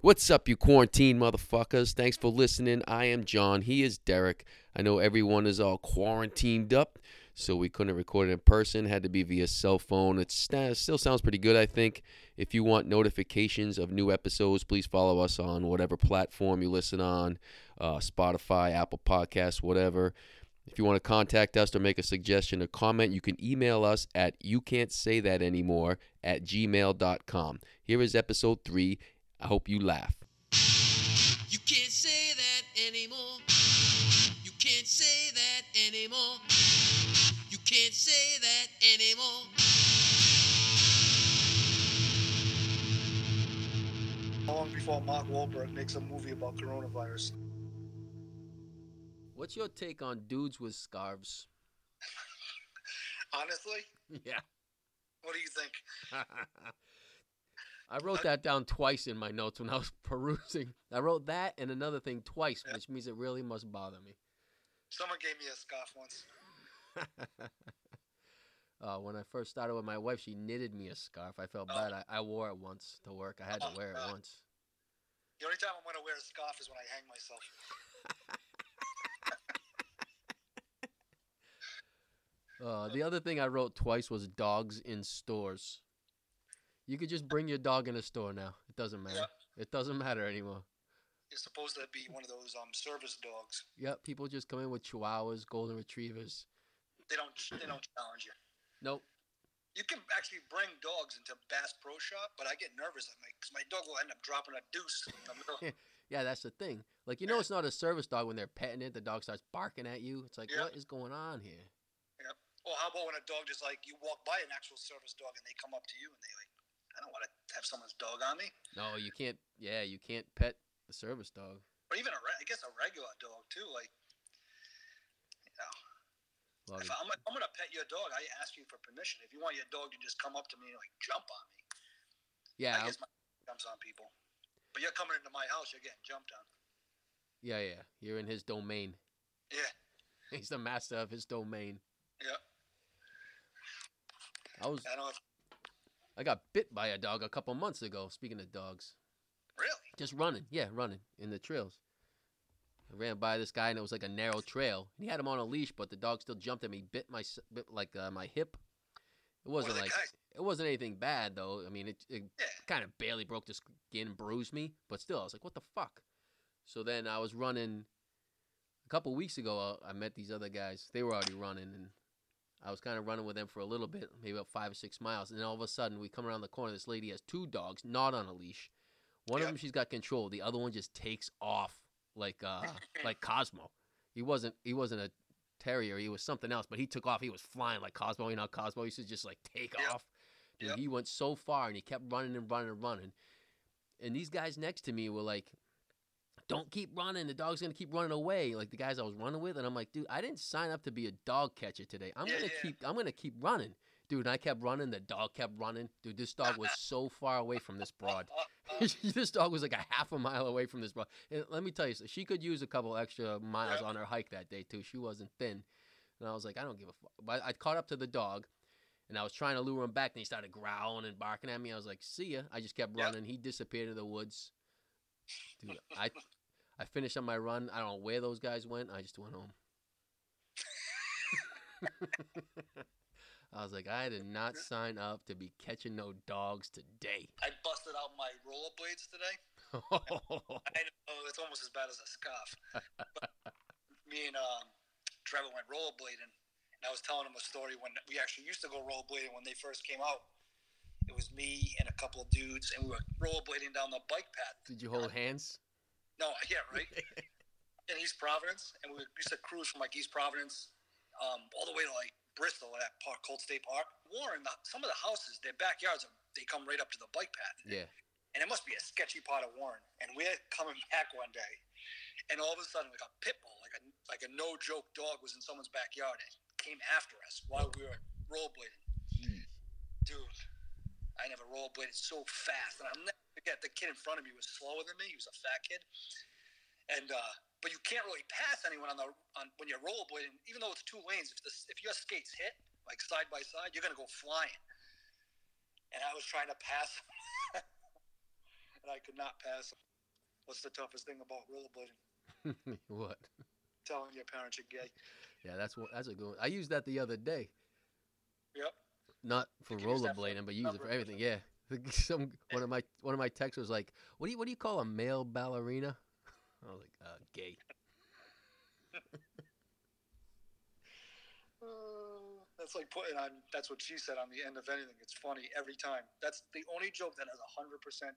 What's up, you quarantine motherfuckers? Thanks for listening. I am John. He is Derek. I know everyone is all quarantined up, so we couldn't record it in person. Had to be via cell phone. It st- still sounds pretty good, I think. If you want notifications of new episodes, please follow us on whatever platform you listen on uh, Spotify, Apple Podcasts, whatever. If you want to contact us or make a suggestion or comment, you can email us at you can't say that anymore at gmail.com. Here is episode three. I hope you laugh. You can't say that anymore. You can't say that anymore. You can't say that anymore. How long before Mark Wahlberg makes a movie about coronavirus? What's your take on dudes with scarves? Honestly, Yeah. what do you think? I wrote that down twice in my notes when I was perusing. I wrote that and another thing twice, Yeah. which means it really must bother me. Someone gave me a scarf once. uh, when I first started with my wife, she knitted me a scarf. I felt Oh. bad. I, I wore it once to work. I had to Oh, wear it God. once. The only time I'm gonna wear a scarf is when I hang myself. Uh, the other thing I wrote twice was dogs in stores. You could just bring your dog in a store now. It doesn't matter. It doesn't matter anymore. It's supposed to be one of those um service dogs. Yep, people just come in with chihuahuas, golden retrievers. They don't they don't challenge you. Nope. You can actually bring dogs into Bass Pro Shop, but I get nervous. I'm like, 'cause my dog will end up dropping a deuce in the middle. Yeah, that's the thing. Like you know, it's not a service dog when they're petting it. The dog starts barking at you. It's like, Yeah. what is going on here? Or how about when a dog just like you walk by an actual service dog and they come up to you and they like, I don't want to have someone's dog on me. No, you can't. Yeah, you can't pet the service dog. Or even a re- I guess a regular dog too. Like Well, If I'm, I'm gonna pet your dog, I ask you for permission. If you want your dog to just come up to me and like jump on me, yeah, I'm- I guess my jumps on people. But you're coming into my house, you're getting jumped on. yeah, yeah. You're in his domain. Yeah. He's the master of his domain. Yeah. I was I don't know if I got bit by a dog a couple months ago. Speaking of dogs, really. just running, yeah, running in the trails. I ran by this guy and it was like a narrow trail. He had him on a leash, but the dog still jumped at me, bit my s- bit like uh, my hip. It wasn't the like guys- it wasn't anything bad though. I mean, it, it Yeah. kind of barely broke the skin, bruised me, but still, I was like, what the fuck? So then I was running. A couple weeks ago, I I met these other guys. They were already running, and I was kind of running with them for a little bit, maybe about five or six miles. And then all of a sudden, we come around the corner. This lady has two dogs, not on a leash. One of Yeah. them she's got control. The other one just takes off like uh like Cosmo. He wasn't he wasn't a terrier. He was something else, but he took off. He was flying like Cosmo. You know, how Cosmo used to just like take Yeah. off. Dude, Yep. he went so far and he kept running and running and running. And these guys next to me were like, "Don't keep running. The dog's gonna keep running away." Like the guys I was running with, and I'm like, "Dude, I didn't sign up to be a dog catcher today. I'm Yeah, gonna yeah. keep. I'm gonna keep running." Dude, and I kept running. The dog kept running. Dude, this dog was so far away from this broad. Uh, uh, uh, this dog was like a half a mile away from this broad. And let me tell you, so she could use a couple extra miles Yeah. on her hike that day too. She wasn't thin, and I was like, I don't give a fuck. But I caught up to the dog, and I was trying to lure him back, and he started growling and barking at me. I was like, see ya. I just kept Yeah. running. He disappeared in the woods. Dude, I I finished on my run. I don't know where those guys went. I just went home. I was like, I did not sign up to be catching no dogs today. I busted out my rollerblades today. I know it's almost as bad as a scarf. But me and um, Trevor went rollerblading, and I was telling him a story when we actually used to go rollerblading when they first came out. It was me and a couple of dudes, and we were rollerblading down the bike path. Did you hold hands? No, yeah, right. in East Providence, and we used to cruise from like East Providence um, all the way to like Bristol at Park, Cold State Park. Warren, the, some of the houses, their backyards, are, they come right up to the bike path, Yeah. and it must be a sketchy part of Warren. And we're coming back one day, and all of a sudden, like a pit bull, like a like a no joke dog, was in someone's backyard and came after us while we were rollerblading. Dude, I never rollerbladed so fast, and I'll never forget the kid in front of me was slower than me. He was a fat kid, and uh, but you can't really pass anyone on the on when you're rollerblading, even though it's two lanes. If the, if your skates hit like side by side, you're gonna go flying. And I was trying to pass, him, and I could not pass. him. What's the toughest thing about rollerblading? what? Telling your parents you're gay. Yeah, that's what. That's a good. One. I used that the other day. Yep. Not for You can use that for rollerblading, but you use it number for of everything. Yeah. Some one of my one of my texts was like, "What do you what do you call a male ballerina?" I was like, uh, "Gay." Uh, that's like putting on. That's what she said on the end of anything. It's funny every time. That's the only joke that has a hundred percent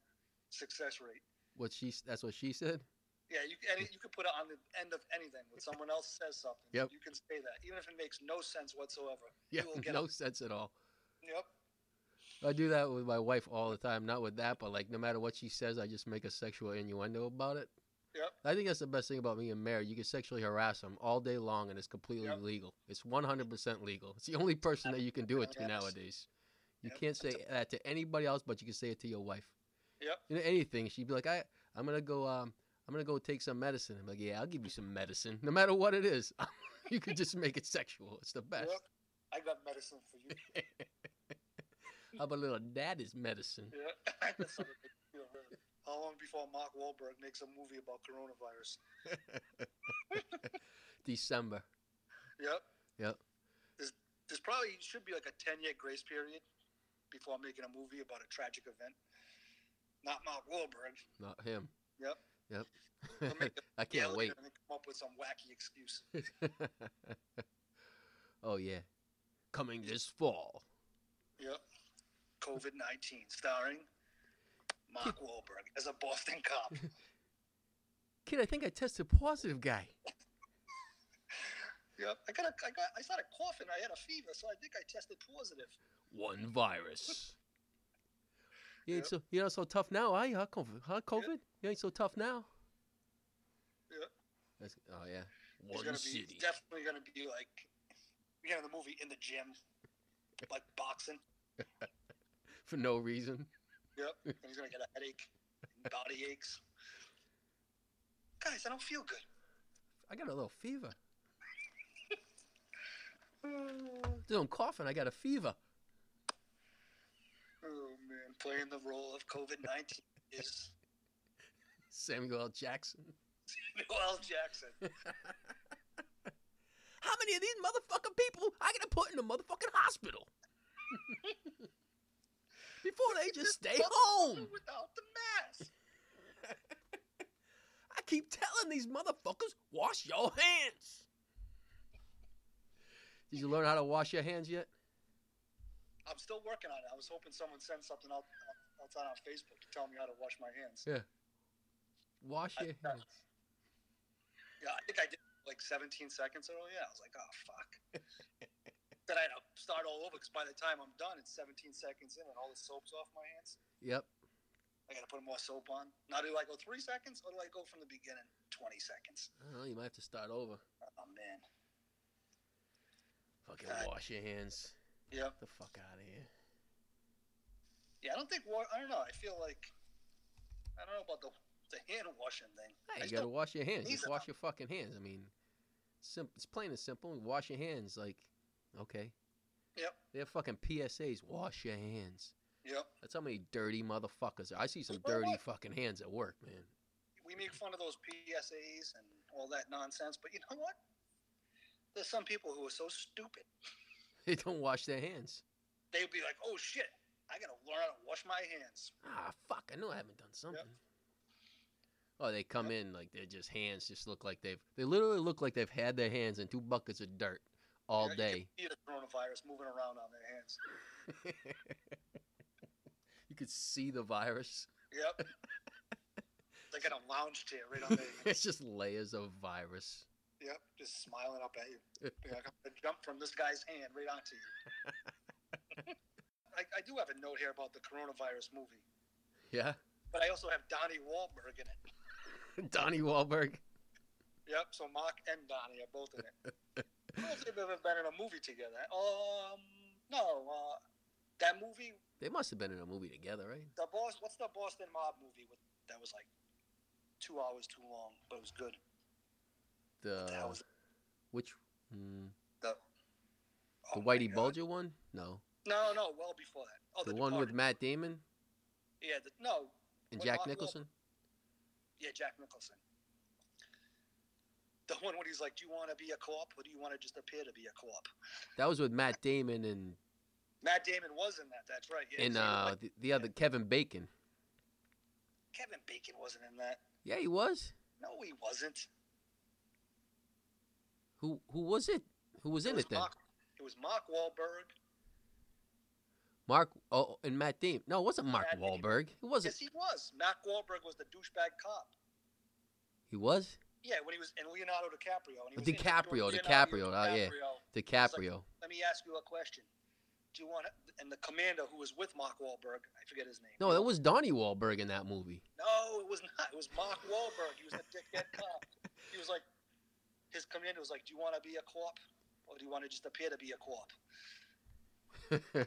success rate. What she? s- That's what she said. Yeah, you and you can put it on the end of anything when someone else says something. Yep. You can say that even if it makes no sense whatsoever. Yeah, You will get no sense at all. Yep. I do that with my wife all the time. Not with that, but like no matter what she says, I just make a sexual innuendo about it. Yep. I think that's the best thing about being married. You can sexually harass them all day long, and it's completely Yep. legal. It's 100% legal. It's the only person that you can do it to Yes. nowadays. You Yep, can't say that that's to anybody else, but you can say it to your wife. Yep. You know, anything. She'd be like, I, I'm gonna go. Um, I'm gonna go take some medicine. I'm like, yeah, I'll give you some medicine, no matter what it is. you can just make it sexual. It's the best. Yep. I got medicine for you. How about a little daddy's medicine? Yeah. That's how they feel, really. How long before Mark Wahlberg makes a movie about coronavirus? December. Yep. Yep. There's, there's probably should be like a 10 year grace period before making a movie about a tragic event. Not Mark Wahlberg. Not him. Yep. Yep. But make I Yeah, can't look at wait. it And then come up with some wacky excuse. oh yeah, coming this fall. Yep. COVID 19 starring Mark Wahlberg as a Boston cop. Kid, I think I tested positive, guy. yep. I got, a, I got, I started coughing. I had a fever, so I think I tested positive. One virus. You ain't so Yep. you're not so tough now, are you? Huh, COVID? Huh, COVID? You ain't so tough now. Yep. That's, oh yeah. He's One gonna be city. he's definitely gonna be like you know the movie in the gym, like boxing. For no reason. Yep. And he's gonna get a headache, and body aches. Guys, I don't feel good. I got a little fever. Dude, I'm coughing. I got a fever. Oh man, playing the role of COVID nineteen is Samuel L. Jackson. Samuel L. Jackson. How many of these motherfucking people I gotta put in the motherfucking hospital? Before they just stay home. Without the mask. I keep telling these motherfuckers, wash your hands. Did you learn how to wash your hands yet? I'm still working on it. I was hoping someone sent something out outside on Facebook to tell me how to wash my hands. Wash I- your hands. Yeah, I think I did like 17 seconds or yeah. I was like, oh fuck. then I had to start all over because by the time I'm done, it's 17 seconds in and all the soap's off my hands. Yep. I got to put more soap on. Now do I go three seconds or do I go from the beginning 20 seconds? I don't know, you might have to start over. Oh man. Fucking wash your hands. Yep. Get the fuck out of here. Yeah, I don't think wa- I don't know. I feel like I don't know about the the hand washing thing. Hey, I you gotta still, wash your hands. Just These are- wash your fucking hands. I mean, sim- it's plain and simple. Wash your hands. Like, okay. Yep. They're fucking PSAs. Wash your hands. yep. That's how many dirty motherfuckers. Are. I see some You know dirty what? fucking hands at work, man. We make fun of those PSAs and all that nonsense, but you know what? There's some people who are so stupid. They don't wash their hands. they'd be like, "Oh shit, I gotta learn how to wash my hands." Ah, fuck. I know I haven't done something. Oh, they come in like they're just hands. Just look like they've. They literally look like they've had their hands in two buckets of dirt all Yeah, you day. See the coronavirus moving around on their hands. you could see the virus. Yep. they got a lounge chair right on their hands. it's just layers of virus. Yep, just smiling up at you. Be like, I'm gonna jump from this guy's hand right onto you. I, I do have a note here about the coronavirus movie, Yeah, but I also have Donnie Wahlberg in it. Donnie Wahlberg. Yep, so Mark and Donnie are both in it. I don't think they've ever been in a movie together. Um, no, uh, that movie They must have been in a movie together, right? The Boston, what's the Boston mob movie with that was like two hours too long, but it was good. The What the Uh, hell was it? which mm, Oh the my Whitey God. Bulger one? No, No, no, well before that. Oh, the, one with Departed. Matt Damon Yeah, the, no, and With Jack Mark Wahlberg. Nicholson. yeah, yeah, Jack Nicholson. The one when he's like, "Do you want to be a co-op, or do you want to just appear to be a co-op?" That was with Matt Damon and Matt Damon was in that. That's right. Yeah, and so, uh, like, the, the other Kevin Bacon. Kevin Bacon wasn't in that. Yeah, he was. No, he wasn't. Who who was it? Who was It in was it then? Mark, it was Mark Wahlberg. Mark oh, and Matt Damon. No, it wasn't Mark Matt Damon. Wahlberg. Who was it? Yes, he was. Mark Wahlberg was the douchebag cop. He was Yeah, when he was and Leonardo DiCaprio. And he was DiCaprio, interviewing DiCaprio, Leonardo oh, yeah. DiCaprio. DiCaprio. Let me ask you a question. Do you want? And the commander who was with Mark Wahlberg, I forget his name. No, that was Donnie Wahlberg in that movie. No, it was not. It was Mark Wahlberg. He was a dickhead cop. He was like, his commander was like, "Do you want to be a co-op, or do you want to just appear to be a co-op?"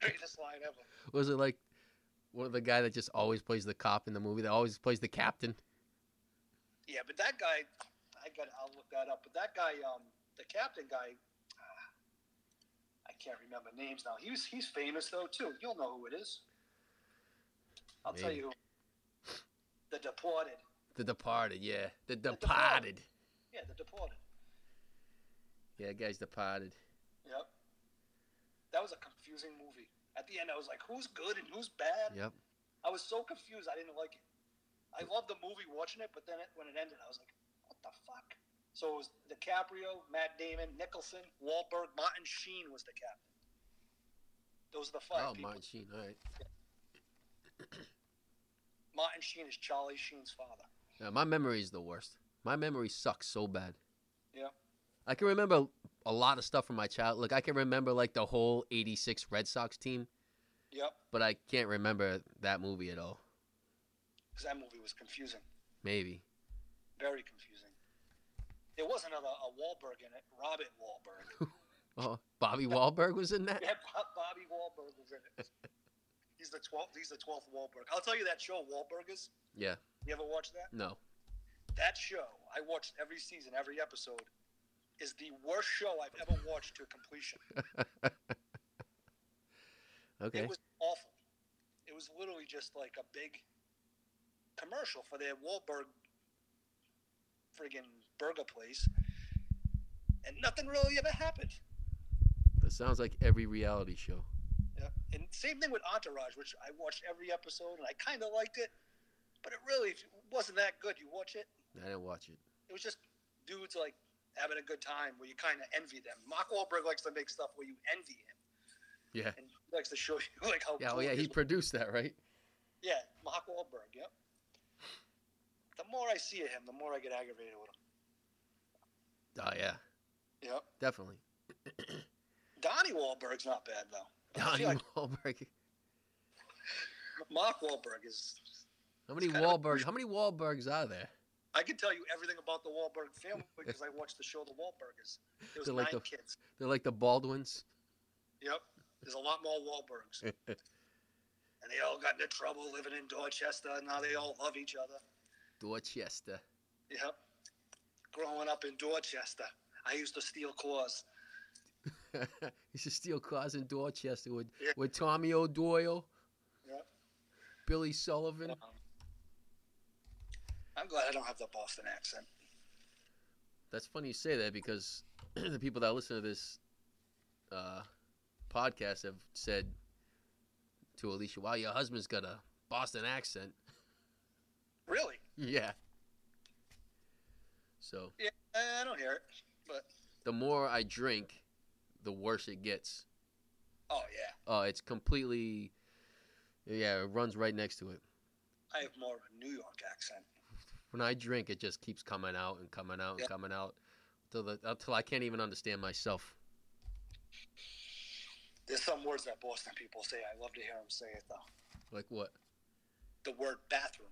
Greatest line ever. was it like one of the guy that just always plays the cop in the movie that always plays the captain? Yeah, but that guy, I got. I'll look that up. But that guy, um, the captain guy, uh, I can't remember names now. He was he's famous though too. You'll know who it is. I'll tell Maybe. you. who. The deported. The Departed, yeah. The Departed. Departed. Yeah, the deported. Yeah, that guy's Departed. Yep. That was a confusing movie. At the end, I was like, "Who's good and who's bad?" Yep. I was so confused. I didn't like it. I loved the movie watching it, but then it, when it ended, I was like, "What the fuck?" So it was DiCaprio, Matt Damon, Nicholson, Wahlberg, Martin Sheen was the captain. Those are the five Oh, people. Martin Sheen. All right. Martin Sheen is Charlie Sheen's father. Yeah, my memory is the worst. My memory sucks so bad. Yeah. I can remember a lot of stuff from my child. Look, I can remember like the whole '86 Red Sox team, Yep, but I can't remember that movie at all. because that movie was confusing, Maybe. very confusing. There was another a Wahlberg in it, Robert Wahlberg. Oh, Bobby Wahlberg was in that. Yeah, Bob, Bobby Wahlberg was in it. He's the twelfth. He's the twelfth Wahlberg. I'll tell you that show, Wahlburgers. Yeah. You ever watch that? No. That show I watched every season, every episode, is the worst show I've ever watched to completion. Okay. It was awful. It was literally just like a big commercial for their Wahlberg friggin' burger place, and nothing really ever happened. That sounds like every reality show. Yeah. And same thing with Entourage, which I watched every episode and I kind of liked it, but it really wasn't that good. You watch it, I didn't watch it. it was just dudes like having a good time where you kind of envy them. Mark Wahlberg likes to make stuff where you envy him Yeah. and he likes to show you like how. Yeah. Oh cool yeah. it He is. produced that, right? yeah, Mark Wahlberg. Yep. The more I see of him, the more I get aggravated with Oh yeah. him. Yep. Definitely. Donnie Wahlberg's not bad though. I Donnie feel like Wahlberg. Mark Wahlberg is. How many kind of a Wahlberg? How many Wahlbergs are there? I can tell you everything about the Wahlberg family because I watched the show The Wahlburgers. There was They're like nine the- kids. They're like the Baldwins. Yep. There's a lot more Wahlbergs. and they all got into trouble living in Dorchester. And now they all love each other. Dorchester. Yep. Growing up in Dorchester, I used to steal cars. He should steal cars in Dorchester with, Yeah. with Tommy O'Doyle, Yep. Billy Sullivan. Um, I'm glad I don't have the Boston accent. That's funny you say that because the people that listen to this uh, podcast have said to Alicia, "Wow, your husband's got a Boston accent." Really? Yeah. So Yeah, Eh, I I don't hear it. But, the more I drink, the worse it gets. oh, yeah. Oh, it's completely. Yeah, it runs right next to it. I have more of a New York accent. When I drink, it just keeps coming out and coming out and Yeah. coming out, till the until I can't even understand myself. There's some words that Boston people say. I love to hear them say it, though. Like what? The word bathroom.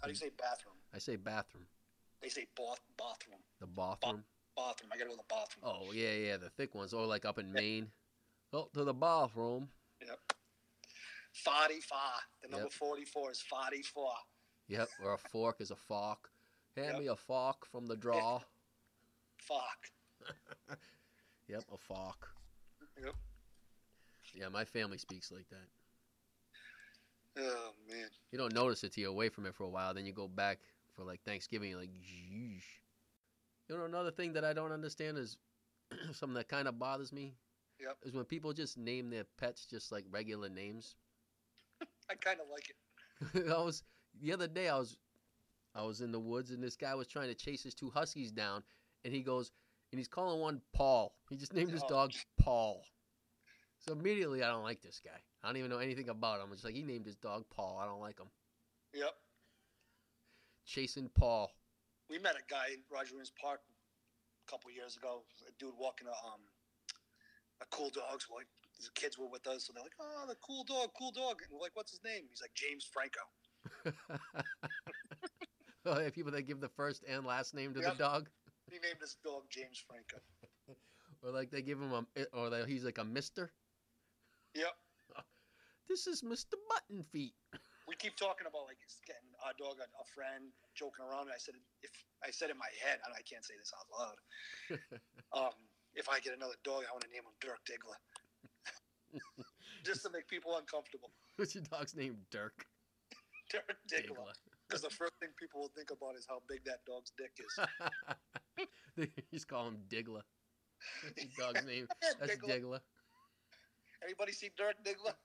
How do you say bathroom? I say bathroom. They say bath, bathroom. The bathroom. Bathroom. I gotta go to the bathroom. Oh yeah, yeah, the thick ones. Or like up in Maine. Oh, to the bathroom. Yep. 44. The number Yep. 44 is 44. Yep. Or a fork is a fork. Hand Yep. me a fork from the drawer. Fuck. Yep, a fork. Yep. Yeah, my family speaks like that. Oh man. You don't notice it till you're away from it for a while. Then you go back for like Thanksgiving. You're like, Geesh. You know, another thing that I don't understand is something that kind of bothers me. Yep. Is when people just name their pets just like regular names. I kind of like it. I was the other day. I was, I was in the woods, and this guy was trying to chase his two huskies down, and he goes, and he's calling one Paul. He just named his Oh. dog Paul. So immediately, I don't like this guy. I don't even know anything about him. It's like he named his dog Paul. I don't like him. Yep. Chasing Paul. We met a guy in Roger Williams Park a couple years ago. A dude walking a um a cool dog. So like the kids were with us, so they're like, "Oh, the cool dog, cool dog." And we're like, "What's his name?" He's like James Franco. oh, yeah, people that give the first and last name to Yeah. the dog, He named his dog James Franco. or like they give him a, eh, or that he's like a Mister. Yep. This is Mister Buttonfeet. We keep talking about like it's getting our dog a, a friend, joking around. And I said, if I said in my head, and I can't say this out loud, um, if I get another dog, I want to name him Dirk Diggler, just to make people uncomfortable. What's your dog's name? Dirk. Dirk Diggler. Diggler. Because the first thing people will think about is how big that dog's dick is. they just call him Digla. That's your dog's name. That's Diggler. Digla. Anybody see Dirk Diggler?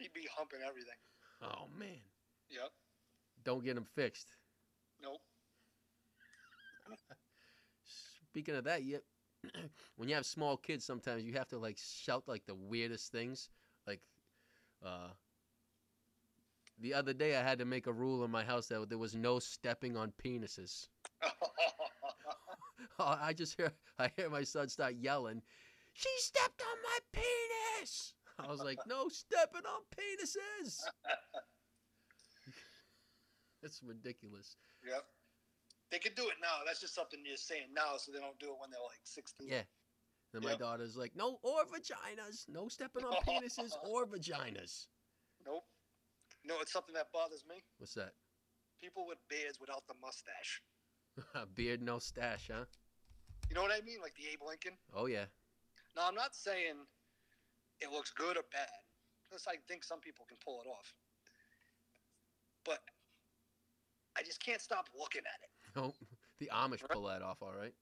He'd be humping everything. Oh man. Yep. Don't get him fixed. Nope. Speaking of that, you when you have small kids sometimes you have to like shout like the weirdest things. Like uh the other day I had to make a rule in my house that there was no stepping on penises. Oh, I just hear I hear my son start yelling, "She stepped on my penis!" I was like, "No stepping on penises!" It's ridiculous. yep. They can do it now. That's just something you're saying now, so they don't do it when they're like 16. Yeah. Then my Yep. daughter's like, "No or vaginas, no stepping on penises or vaginas." Nope. No, it's something that bothers me. What's that? People with beards without the mustache. Beard, no stash, huh? You know what I mean? Like the Abe Lincoln. Oh yeah. Now, I'm not saying it looks good or bad, because I think some people can pull it off. But I just can't stop looking at it. No, the Amish pull that off, all right.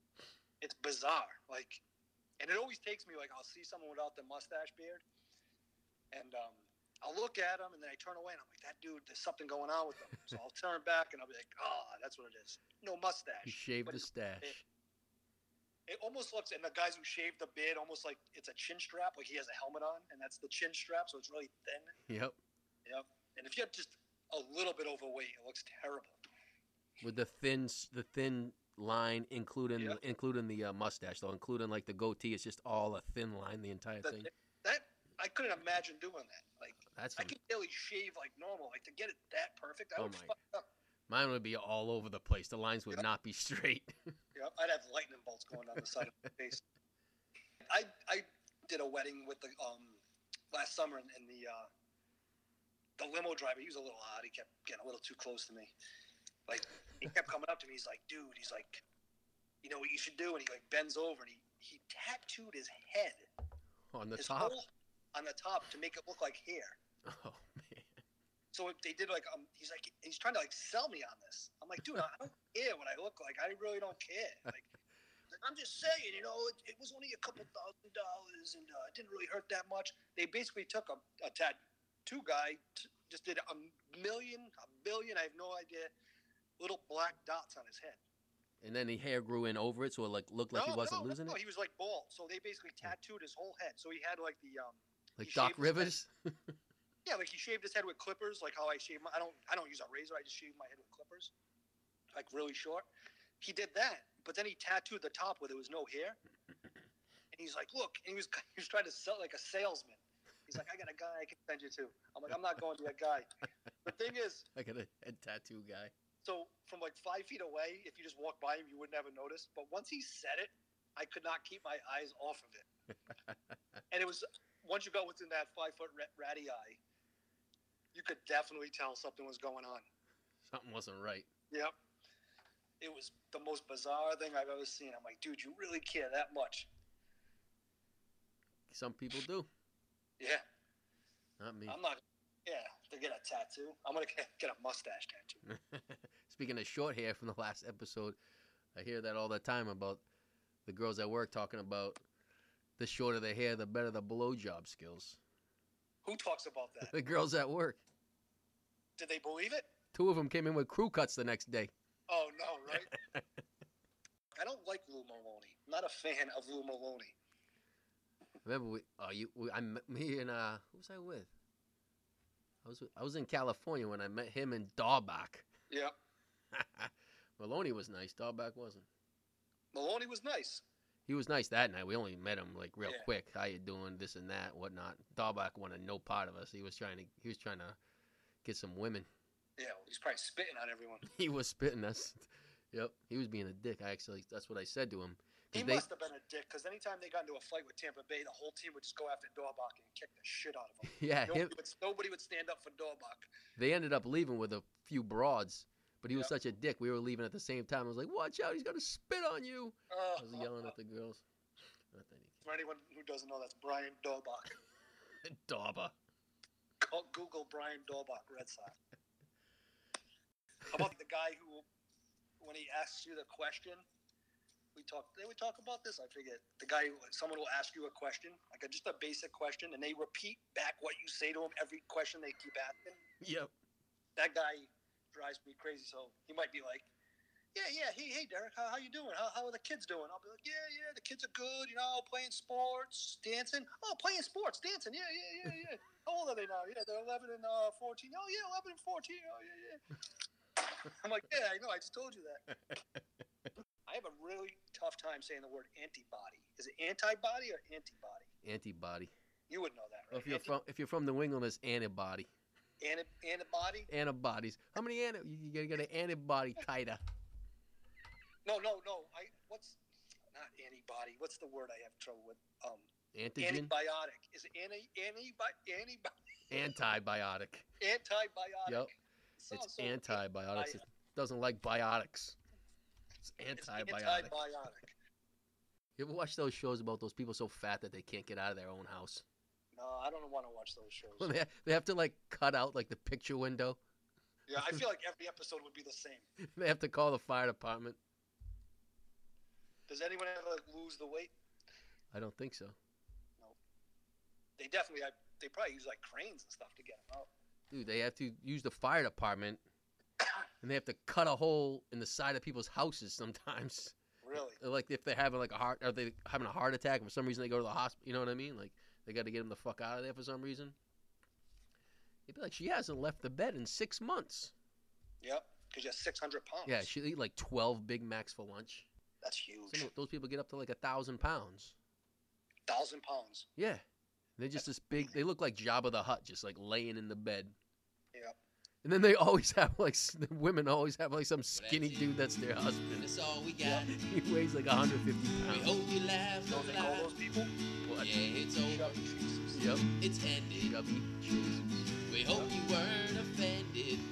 It's bizarre. Like, and it always takes me like I'll see someone without the mustache beard, and um, I'll look at them, and then I turn away, and I'm like, that dude, there's something going on with them. So I'll turn back, and I'll be like, ah, that's what it is. No You mustache. shave But the it's- stash. It almost looks, and the guys who shave the beard almost like it's a chin strap, like he has a helmet on, and that's the chin strap, so it's really thin. Yep. And if you're just a little bit overweight, it looks terrible. with the thin s- the thin line including Yeah. the, including the uh, mustache though including like the goatee it's just all a thin line the entire That, thing that I couldn't imagine doing that. Like that's I some- can barely shave like normal. Like to get it that perfect, I Oh would my. fuck up. mine would be all over the place the lines would Yeah. not be straight Yep, I'd have lightning bolts going down the side of my face. I I did a wedding with the um last summer, and the uh, the limo driver he was a little odd. He kept getting a little too close to me. Like he kept coming up to me. He's like, dude. He's like, you know what you should do? And he like bends over and he he tattooed his head on the his top whole- on the top to make it look like hair. oh man So if they did like um, he's like he's trying to like sell me on this. I'm like, dude, I don't care what I look like. I really don't care. Like, I'm just saying, you know, it, it was only a couple thousand dollars and uh, it didn't really hurt that much. They basically took a, a tattoo guy, t- just did a million, a billion, I have no idea, little black dots on his head. and then the hair grew in over it so it like looked like he wasn't no, losing no, it Hmm. he was like bald. So they basically tattooed his whole head. So he had like the um, like he doc shaved his head. rivers Yeah, like he shaved his head with clippers, like how I shave my. I don't. I don't use a razor. I just shave my head with clippers, like really short. He did that, but then he tattooed the top where there was no hair. And he's like, "Look," and he was he was trying to sell like a salesman. He's like, "I got a guy I can send you to." I'm like, "I'm not going to that guy." The thing is, i got a head tattoo guy so from like five feet away, if you just walked by him, you would never notice. But once he said it, I could not keep my eyes off of it. and it was once you got within that five foot ra- ratty eye, you could definitely tell something was going on. something wasn't right Yep. It was the most bizarre thing I've ever seen. I'm like, dude, you really care that much? some people do Yeah. Not me. I'm not. Yeah, to get a tattoo. I'm gonna get, get a mustache tattoo. Speaking of short hair from the last episode, I hear that all the time about the girls at work talking about the shorter the hair, the better the blowjob skills. Who talks about that? The girls at work. Did they believe it? Two of them came in with crew cuts the next day. Oh no, right? I don't like Lou Maloney. I'm not a fan of Lou Maloney. Remember, we, uh, you, we, I met me and uh, who was I with? I was with, I was in California when I met him and Daubach. Yeah, Maloney was nice. Daubach wasn't. Maloney was nice. He was nice that night. We only met him like real Yeah. quick. How you doing? This and that, whatnot. Daubach wanted no part of us. He was trying to he was trying to get some women. Yeah, well, he's probably spitting on everyone. He was spitting us. Yep, he was being a dick. I actually that's what I said to him. 'Cause He they- must have been a dick because anytime they got into a fight with Tampa Bay, the whole team would just go after Dawbach and kick the shit out of him. yeah, Nobody, him, would, nobody would stand up for Dawbach. they ended up leaving with a few broads, but he was Yep. such a dick. We were leaving at the same time. I was like, "Watch out! He's gonna spit on you!" I was yelling at the girls. Not that he- For anyone who doesn't know, that's Brian Dawbach. Dauba. Go- Google Brian Dawbach, Red Sox. How about the guy who, when he asks you the question, we talk. Did we talk about this? I forget. The guy, who- someone will ask you a question, like a, just a basic question, and they repeat back what you say to him every question they keep asking. Yep. that guy drives me crazy. So he might be like, "Yeah, yeah, hey, hey, Derek, how, how you doing? How, how are the kids doing?" I'll be like, "Yeah, yeah, the kids are good. You know, playing sports, dancing. Oh, playing sports, dancing. Yeah, yeah, yeah, yeah. how old are they now? Yeah, they're eleven and uh, fourteen. Oh, yeah, eleven and fourteen. Oh, yeah, yeah." I'm like, "Yeah, I know. I just told you that." I have a really tough time saying the word antibody. Is it antibody or antibody? Antibody. You would know that, Well, right? if you're from if you're from New England, it's antibody. Anti- antibody? Antibodies. How many anti? You you gotta get an antibody titer. No, no, no. I what's not antibody? What's the word I have trouble with? Um, Antigen. antibiotic. Is it anti antibi- antibi- Antibiotic. antibiotic? Yep. It sounds It's so- antibiotics. It doesn't like biotics. It's it's antibiotic. antibiotic. You ever watch those shows about those people so fat that they can't get out of their own house? No, I don't want to watch those shows. When they, they have to like cut out like the picture window. yeah, I feel like every episode would be the same. They have to call the fire department. Does anyone ever lose the weight? I don't think so. They definitely. I, they probably use like cranes and stuff to get them out. Dude, they have to use the fire department and they have to cut a hole in the side of people's houses sometimes. Really? Like if they're having like a heart, are they having a heart attack? And for some reason they go to the hospital. You know what I mean? Like they got to get them the fuck out of there for some reason. You'd be like, she hasn't left the bed in six months. Yep. Because you're 600 pounds. Yeah, she eat like twelve Big Macs for lunch. That's huge. Some of those people get up to like a thousand pounds. Thousand pounds. Yeah, they're just this big. They look like Jabba the Hutt, just like laying in the bed. Yep. And then they always have like s- the women always have like some skinny dude that's their husband. That's all we got. He weighs like 150 We pounds. hope you laugh Don't don't they call lie. those people? Yeah, What? it's over. Chubby cheeks. Yep. It's ended. Chubby. We hope you weren't offended.